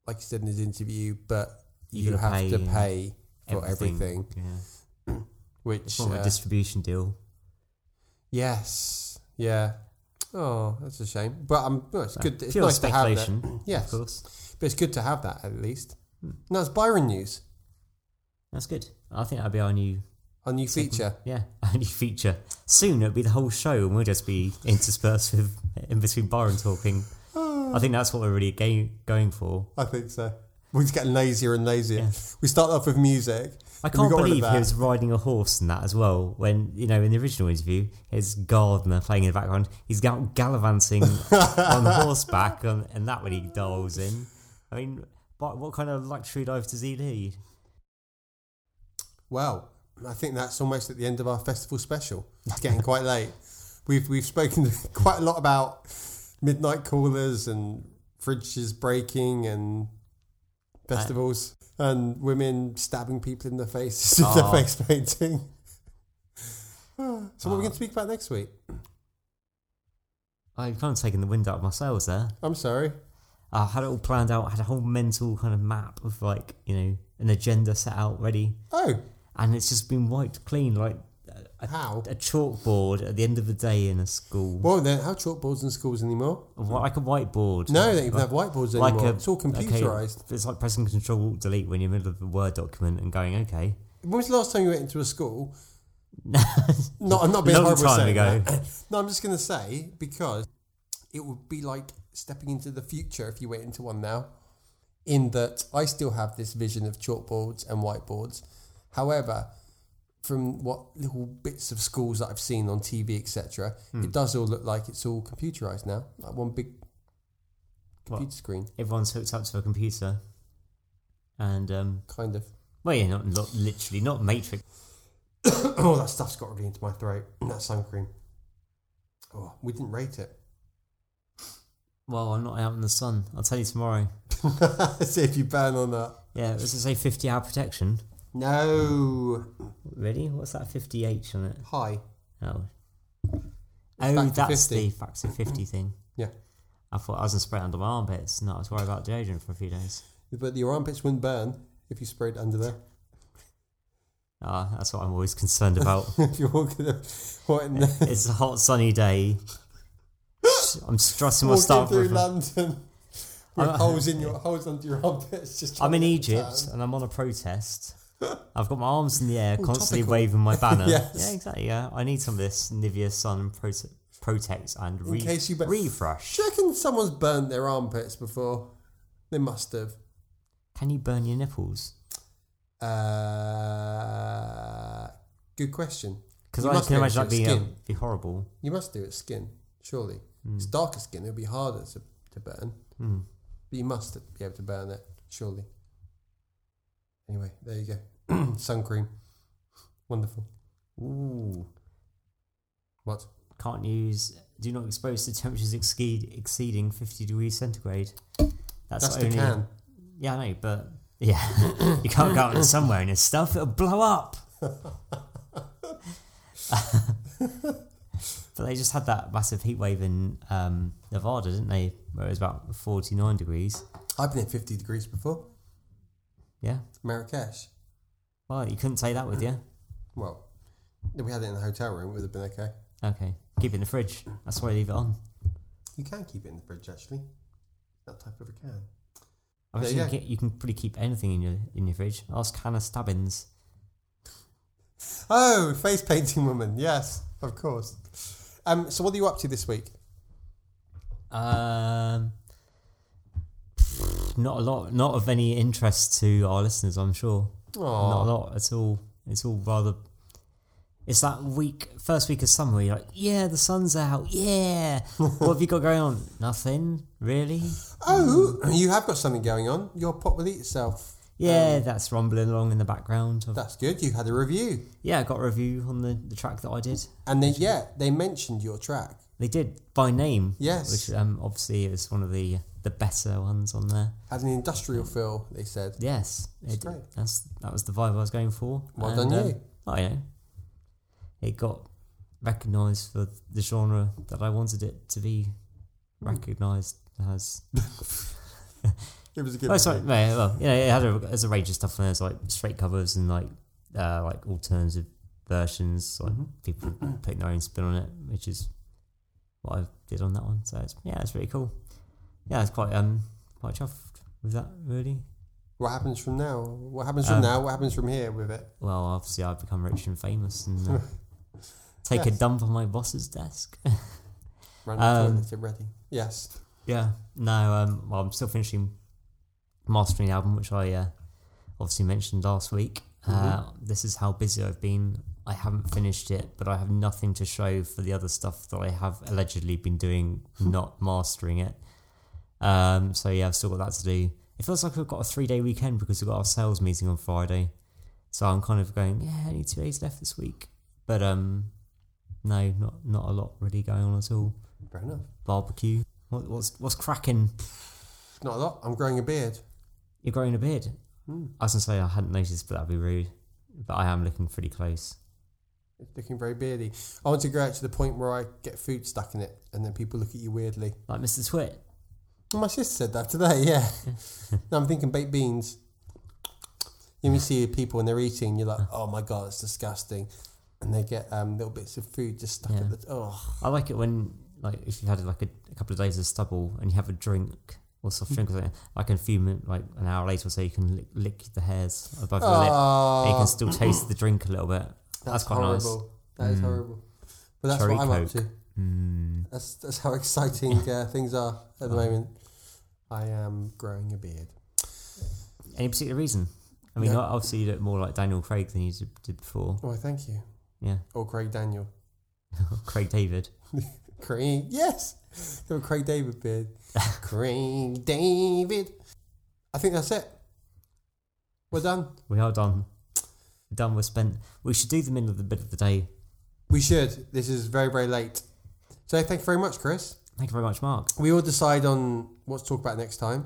Speaker 3: like he said in his interview, but
Speaker 2: You
Speaker 3: you,
Speaker 2: gotta
Speaker 3: have
Speaker 2: pay
Speaker 3: to pay for everything.
Speaker 2: Everything. Yeah.
Speaker 3: which,
Speaker 2: More of
Speaker 3: uh,
Speaker 2: a distribution deal.
Speaker 3: yes. Yeah. Oh, that's a shame. But um, no, it's good. It's
Speaker 2: Pure
Speaker 3: nice to have
Speaker 2: speculation,
Speaker 3: that. Yes.
Speaker 2: of course. Hmm.
Speaker 3: But it's good to have that at least. Now it's Byron news,
Speaker 2: That's good. I think that'll be our new
Speaker 3: our new feature.
Speaker 2: Yeah, only feature. Soon it'll be the whole show, and we'll just be interspersed with in between Byron talking. I think that's what we're really ga- going for.
Speaker 3: I think so. We just get lazier and lazier.
Speaker 2: Yeah.
Speaker 3: We start off with music.
Speaker 2: I
Speaker 3: and we
Speaker 2: can't
Speaker 3: got rid of
Speaker 2: believe
Speaker 3: that.
Speaker 2: he was riding a horse in that as well. When you know, in the original interview, his gardener playing in the background, he's gal- gallivanting on horseback, and, and that when he dials in. I mean, but what kind of luxury life does he lead?
Speaker 3: Well, I think that's almost at the end of our festival special. It's getting quite late. We've we've spoken quite a lot about midnight callers and fridges breaking and festivals and women stabbing people in the face with
Speaker 2: Oh.
Speaker 3: the face painting. so what are we going to speak about next week?
Speaker 2: I've kind of taken the wind out of my sails there.
Speaker 3: I'm sorry.
Speaker 2: I had it all planned out. I had a whole mental kind of map of like you know an agenda set out ready.
Speaker 3: Oh,
Speaker 2: and it's just been wiped clean like a,
Speaker 3: how?
Speaker 2: a chalkboard at the end of the day in a school.
Speaker 3: Well, there aren't chalkboards in schools anymore.
Speaker 2: Wha- Like a whiteboard.
Speaker 3: No, they don't even have whiteboards anymore.
Speaker 2: Like a,
Speaker 3: it's all
Speaker 2: okay,
Speaker 3: computerized.
Speaker 2: it's like pressing Control Alt Delete when you're in the middle of a Word document and going, okay.
Speaker 3: When was the last time you went into a school? no, I'm not being
Speaker 2: Long
Speaker 3: horrible
Speaker 2: time
Speaker 3: saying
Speaker 2: ago.
Speaker 3: that. no, I'm just going to say because it would be like stepping into the future if you went into one now. In that, I still have this vision of chalkboards and whiteboards. However, from what little bits of schools that I've seen on TV, etc.,
Speaker 2: Hmm.
Speaker 3: it does all look like it's all computerized now, like one big computer screen,
Speaker 2: Everyone's hooked up to a computer. And, um,
Speaker 3: kind of.
Speaker 2: well, yeah, not, not literally, not Matrix.
Speaker 3: oh, that stuff's got really into my throat. That sun cream. Oh, we didn't rate it.
Speaker 2: Well, I'm not out in the sun. I'll tell you tomorrow.
Speaker 3: See if you burn or not.
Speaker 2: Yeah, does it say 50 hour protection?
Speaker 3: No.
Speaker 2: Really? What's that 50H on it?
Speaker 3: Hi.
Speaker 2: Oh. Oh,
Speaker 3: back to
Speaker 2: that's
Speaker 3: 50.
Speaker 2: the factor 50 thing.
Speaker 3: Yeah.
Speaker 2: I thought I was going to spray it under my armpits. No, I was worried about deodorant for a few days.
Speaker 3: But your armpits wouldn't burn if you sprayed under there.
Speaker 2: Ah, that's what I'm always concerned about.
Speaker 3: if you're walking up, what in the,
Speaker 2: it's a hot, sunny day. I'm strutting my
Speaker 3: walking
Speaker 2: stuff.
Speaker 3: through
Speaker 2: with-
Speaker 3: London with holes in your holes under your armpits. Just
Speaker 2: I'm
Speaker 3: trying
Speaker 2: in
Speaker 3: to get it
Speaker 2: Egypt and I'm on a protest. I've got my arms in the air, constantly
Speaker 3: topical.
Speaker 2: waving my banner.
Speaker 3: Yes.
Speaker 2: Yeah, exactly. Yeah, I need some of this Nivea Sun prote- Protect and re-
Speaker 3: case you bu-
Speaker 2: refresh.
Speaker 3: down. Do you reckon someone's burnt their armpits before? They must have.
Speaker 2: Can you burn your nipples?
Speaker 3: Uh, good question.
Speaker 2: Because
Speaker 3: You
Speaker 2: I
Speaker 3: must
Speaker 2: can
Speaker 3: be
Speaker 2: imagine that
Speaker 3: actually
Speaker 2: being uh,
Speaker 3: skin.
Speaker 2: be horrible.
Speaker 3: You must do it skin, surely. It's darker skin, it'll be harder to, to burn. But you must be able to burn it, surely. Anyway, there you go. Sun cream. Wonderful.
Speaker 2: Ooh.
Speaker 3: What?
Speaker 2: can't use do not expose to temperatures exceed, exceeding 50 degrees centigrade that's,
Speaker 3: That's the
Speaker 2: only
Speaker 3: can.
Speaker 2: yeah i know but yeah you can't go out in somewhere and this stuff it'll blow up but they just had that massive heat wave in um, nevada didn't they where it was about 49 degrees
Speaker 3: I've been at 50 degrees before.
Speaker 2: yeah
Speaker 3: Marrakesh.
Speaker 2: well you couldn't say that with you
Speaker 3: Well, if we had it in the hotel room, it would have been okay.
Speaker 2: okay keep it in the fridge that's why I leave it on
Speaker 3: You can keep it in the fridge, actually. That type of a can.
Speaker 2: I'm
Speaker 3: There
Speaker 2: sure
Speaker 3: you
Speaker 2: you,
Speaker 3: go.
Speaker 2: can, you can pretty keep anything in your in your fridge ask hannah stabbins
Speaker 3: Oh, face painting woman. Yes, of course. Um, so, what are you up to this week?
Speaker 2: Um, not a lot, not of any interest to our listeners, I'm sure.
Speaker 3: Aw.
Speaker 2: Not a lot at all. It's all rather It's that week, first week of summer. Where you're like, yeah, the sun's out. Yeah, what have you got going on? Nothing really.
Speaker 3: Oh, you have got something going on. Your pot will eat itself. Um,
Speaker 2: Yeah, that's rumbling along in the background. Of,
Speaker 3: That's good. You had a review,
Speaker 2: yeah, I got a review on the, the track that I did.
Speaker 3: and they yeah they mentioned your track.
Speaker 2: They did by name.
Speaker 3: Yes.
Speaker 2: which um, obviously is one of the the better ones on there.
Speaker 3: Had an industrial feel. They said.
Speaker 2: Yes, it,
Speaker 3: great.
Speaker 2: that's that was the vibe I was going for.
Speaker 3: Well done, you.
Speaker 2: I know. It got recognised for the genre that I wanted it to be
Speaker 3: Hmm.
Speaker 2: recognised as.
Speaker 3: It was a good.
Speaker 2: Oh, sorry, no, yeah, well, you know, it had a, it has a range of stuff on there. It's like straight covers and like uh, like alternative versions. Like
Speaker 3: Mm-hmm.
Speaker 2: people putting their own spin on it, which is what I did on that one. So it's, yeah, it's really cool. Yeah, it's quite um quite chuffed with that really.
Speaker 3: What happens from now? What happens
Speaker 2: Um,
Speaker 3: from now? What happens from here with it?
Speaker 2: Well, obviously, I've become rich and famous and uh, take a dump on my boss's desk.
Speaker 3: Run the
Speaker 2: Um,
Speaker 3: toilet at Reading. Yes.
Speaker 2: yeah. No, um, well, I'm still finishing mastering the album, which I uh, obviously mentioned last week. Uh, this is how busy I've been. I haven't finished it, but I have nothing to show for the other stuff that I have allegedly been doing, not mastering it. Um, so yeah, I've still got that to do. It feels like I've got a three day weekend because we've got our sales meeting on Friday. So I'm kind of going, yeah, only two days left this week. But um, no, not not a lot really going on at all.
Speaker 3: Fair enough.
Speaker 2: Barbecue. What, what's what's cracking?
Speaker 3: Not a lot. I'm growing a beard.
Speaker 2: You're growing a beard. I was gonna say I hadn't noticed, but that'd be rude. But I am looking pretty close.
Speaker 3: It's looking very beardy. I want to grow out to the point where I get food stuck in it, and then people look at you weirdly.
Speaker 2: Like Mr. Twit.
Speaker 3: My sister said that today. Yeah. now I'm thinking baked beans. You know, you see people and they're eating, you're like, oh my god, it's disgusting, and they get um, little bits of food just stuck
Speaker 2: Yeah.
Speaker 3: at the. Oh,
Speaker 2: I like it when like if you've had like a, a couple of days of stubble and you have a drink or soft drink or something, like a few min like an hour later or so, you can lick, lick the hairs above your lip. and you
Speaker 3: Ah,
Speaker 2: can still taste the drink a little bit. That's, quite Mm.
Speaker 3: horrible. That is horrible. But that's
Speaker 2: Cherry
Speaker 3: what I'm
Speaker 2: Coke. Mm.
Speaker 3: up to. That's that's how exciting uh, things are at the moment. I am growing a beard.
Speaker 2: nice. Any particular reason? I mean,
Speaker 3: No.
Speaker 2: obviously you look more like Daniel Craig than you did did before.
Speaker 3: Oh, thank you.
Speaker 2: Yeah,
Speaker 3: Or Craig Daniel.
Speaker 2: Craig David.
Speaker 3: Craig, yes. Or Craig David beard. Craig David. I think that's it. We're done.
Speaker 2: We are done. Done. We're spent. We should do the middle of the bit of the day.
Speaker 3: We should. This is very very late. So thank you very much, Chris.
Speaker 2: Thank you very much, Mark.
Speaker 3: We will decide on what to talk about next time.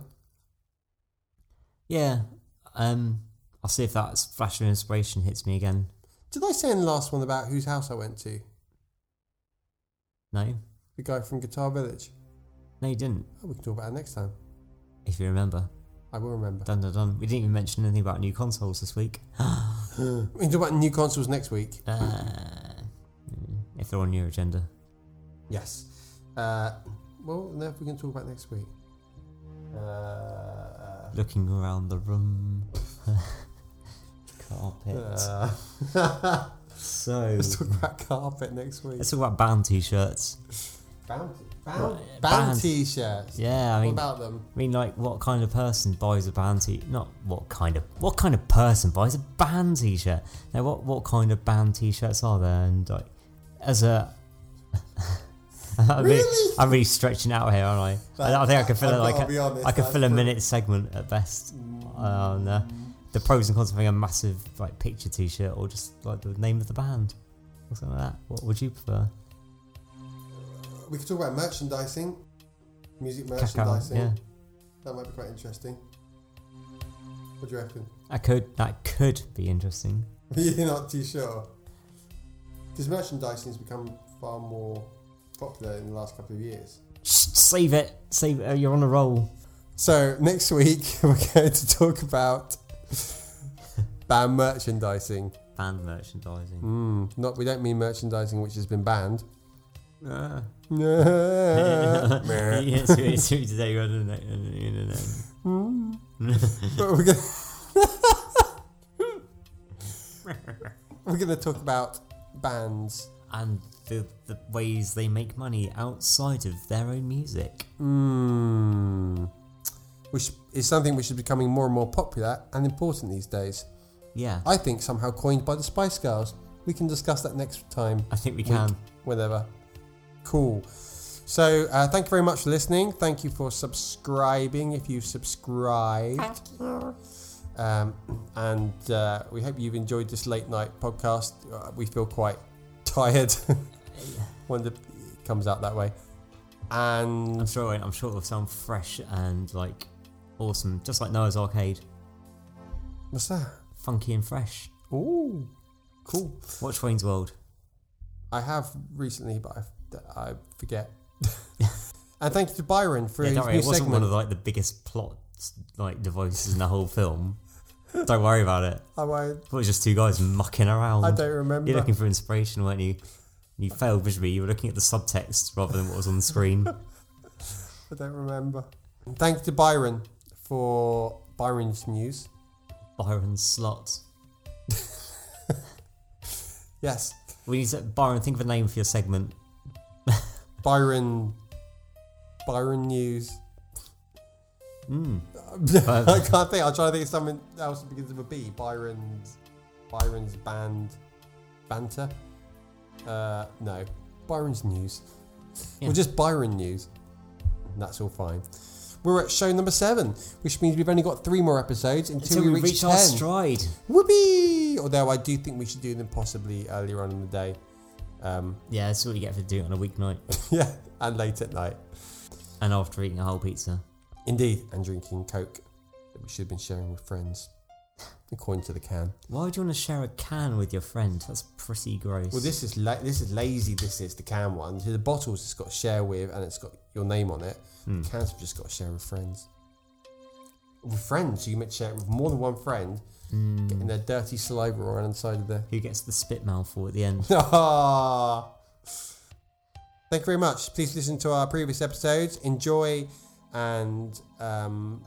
Speaker 2: Yeah. Um. I'll see if that flash of inspiration hits me again.
Speaker 3: Did I say in the last one about whose house I went to?
Speaker 2: No.
Speaker 3: The guy from Guitar Village.
Speaker 2: No, you didn't.
Speaker 3: Oh, we can talk about it next time.
Speaker 2: If you remember.
Speaker 3: I will remember.
Speaker 2: Dun dun dun. We didn't even mention anything about new consoles this week.
Speaker 3: We can talk about new consoles next week.
Speaker 2: Uh, if they're on your agenda.
Speaker 3: Yes. Uh, well, no, we can talk about next week. Uh,
Speaker 2: Looking around the room. Carpet.
Speaker 3: uh,
Speaker 2: So.
Speaker 3: let's talk about carpet next week.
Speaker 2: Let's talk about band t-shirts.
Speaker 3: Bounty, bounty,
Speaker 2: Right, band.
Speaker 3: bounty shirts.
Speaker 2: Yeah, I
Speaker 3: What
Speaker 2: mean,
Speaker 3: about them?
Speaker 2: I mean, like, what kind of person buys a band t? Not what kind of what kind of person buys a band t-shirt. Now, what what kind of band t-shirts are there? And like, as a, I'm really, I'm really stretching out here, aren't I? I, I think I could fill
Speaker 3: I've
Speaker 2: a, like
Speaker 3: gotta be
Speaker 2: a,
Speaker 3: honest,
Speaker 2: I could
Speaker 3: that's
Speaker 2: fill a
Speaker 3: pretty-
Speaker 2: minute segment at best on uh, the pros and cons of having a massive like picture t-shirt or just like the name of the band or something like that. What would you prefer?
Speaker 3: We could talk about merchandising, music
Speaker 2: Cacao,
Speaker 3: merchandising.
Speaker 2: yeah.
Speaker 3: That might be quite interesting. What do you reckon?
Speaker 2: That could that could be interesting.
Speaker 3: You're not too sure. Because merchandising has become far more popular in the last couple of years.
Speaker 2: Shh, save it, save it. You're on a roll.
Speaker 3: So next week we're going to talk about banned merchandising.
Speaker 2: Band merchandising.
Speaker 3: Mm, not we don't mean merchandising which has been banned.
Speaker 2: Ah.
Speaker 3: but
Speaker 2: yeah, it's really- it's really today rather than that- than the internet.
Speaker 3: we're going we're going to talk about bands.
Speaker 2: And the, the ways they make money outside of their own music.
Speaker 3: Mm, which is something which is becoming more and more popular and important these days.
Speaker 2: Yeah.
Speaker 3: I think somehow coined by the Spice Girls. we can discuss that next time.
Speaker 2: I think we
Speaker 3: week,
Speaker 2: can.
Speaker 3: whenever. Cool. So uh, thank you very much for listening. Thank you for subscribing if you subscribe.
Speaker 4: Thank you.
Speaker 3: Um, and uh, we hope you've enjoyed this late night podcast. Uh, we feel quite tired when the, it comes out that way.
Speaker 2: I'm
Speaker 3: And
Speaker 2: sure. it- I'm sure it'll sound fresh and like awesome, just like Noah's Arcade,
Speaker 3: what's that?
Speaker 2: funky and fresh.
Speaker 3: Ooh, cool.
Speaker 2: Watch Wayne's World.
Speaker 3: I have recently, but I, I forget. and thank you to Byron for
Speaker 2: Yeah,
Speaker 3: his
Speaker 2: don't worry.
Speaker 3: new
Speaker 2: It wasn't
Speaker 3: segment.
Speaker 2: one of like the biggest plot like devices in the whole film. don't worry about it.
Speaker 3: Oh, I,
Speaker 2: It was just two guys mucking around.
Speaker 3: I don't remember.
Speaker 2: You're looking for inspiration, weren't you? You failed visually. You were looking at the subtext rather than what was on the screen.
Speaker 3: I don't remember. And thank you to Byron for Byron's news.
Speaker 2: Byron slot.
Speaker 3: Yes,
Speaker 2: We need to, Byron. Think of a name for your segment.
Speaker 3: Byron. Byron news.
Speaker 2: Mm.
Speaker 3: I can't think. I'll try to think of something else that begins with a B. Byron's Byron's band banter. Uh, no, Byron's news.
Speaker 2: Yeah.
Speaker 3: Or just Byron news. And that's all fine. We're at show number seven, which means we've only got three more episodes until,
Speaker 2: Until we,
Speaker 3: reach,
Speaker 2: reach
Speaker 3: ten.
Speaker 2: our stride.
Speaker 3: Whoopee! Although I do think we should do them possibly earlier on in the day. Um,
Speaker 2: Yeah, that's what you get for doing it on a weeknight
Speaker 3: yeah, and late at night.
Speaker 2: and after eating a whole pizza.
Speaker 3: Indeed, and drinking Coke that we should have been sharing with friends, according to the can.
Speaker 2: Why would you want to share a can with your friend? That's pretty gross.
Speaker 3: Well, this is la- this is lazy. This is the can one. So the bottles it's got share with, and it's got your name on it. The cans have just got share with friends. With friends, so you might share it with more than one friend, getting their dirty saliva on the side of the.
Speaker 2: Who gets the spit mouthful at the end?
Speaker 3: Ah. Thank you very much. Please listen to our previous episodes. Enjoy and um,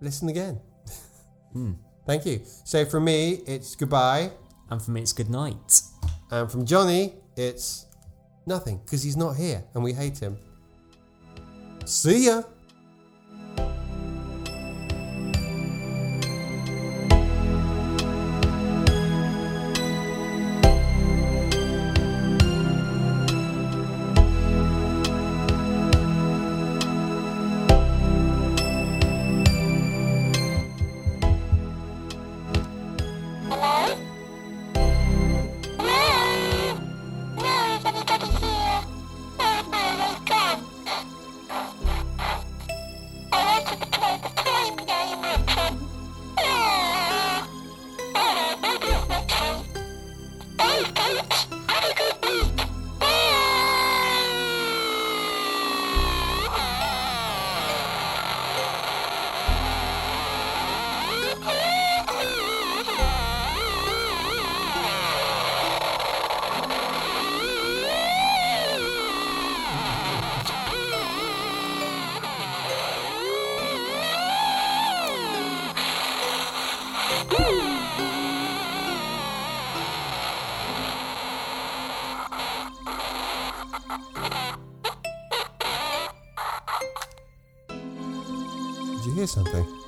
Speaker 3: listen again. Hmm. Thank you. So from me, it's goodbye.
Speaker 2: And for me, it's good night.
Speaker 3: And from Johnny, it's nothing because he's not here and we hate him. See ya!
Speaker 4: Hello? Hello? Hello, is anybody here? Oh no, they've gone. I wanted to play the game now you mentioned. Oh, oh, maybe it's not time. Bye, folks. Have a good week.
Speaker 3: Did you hear something?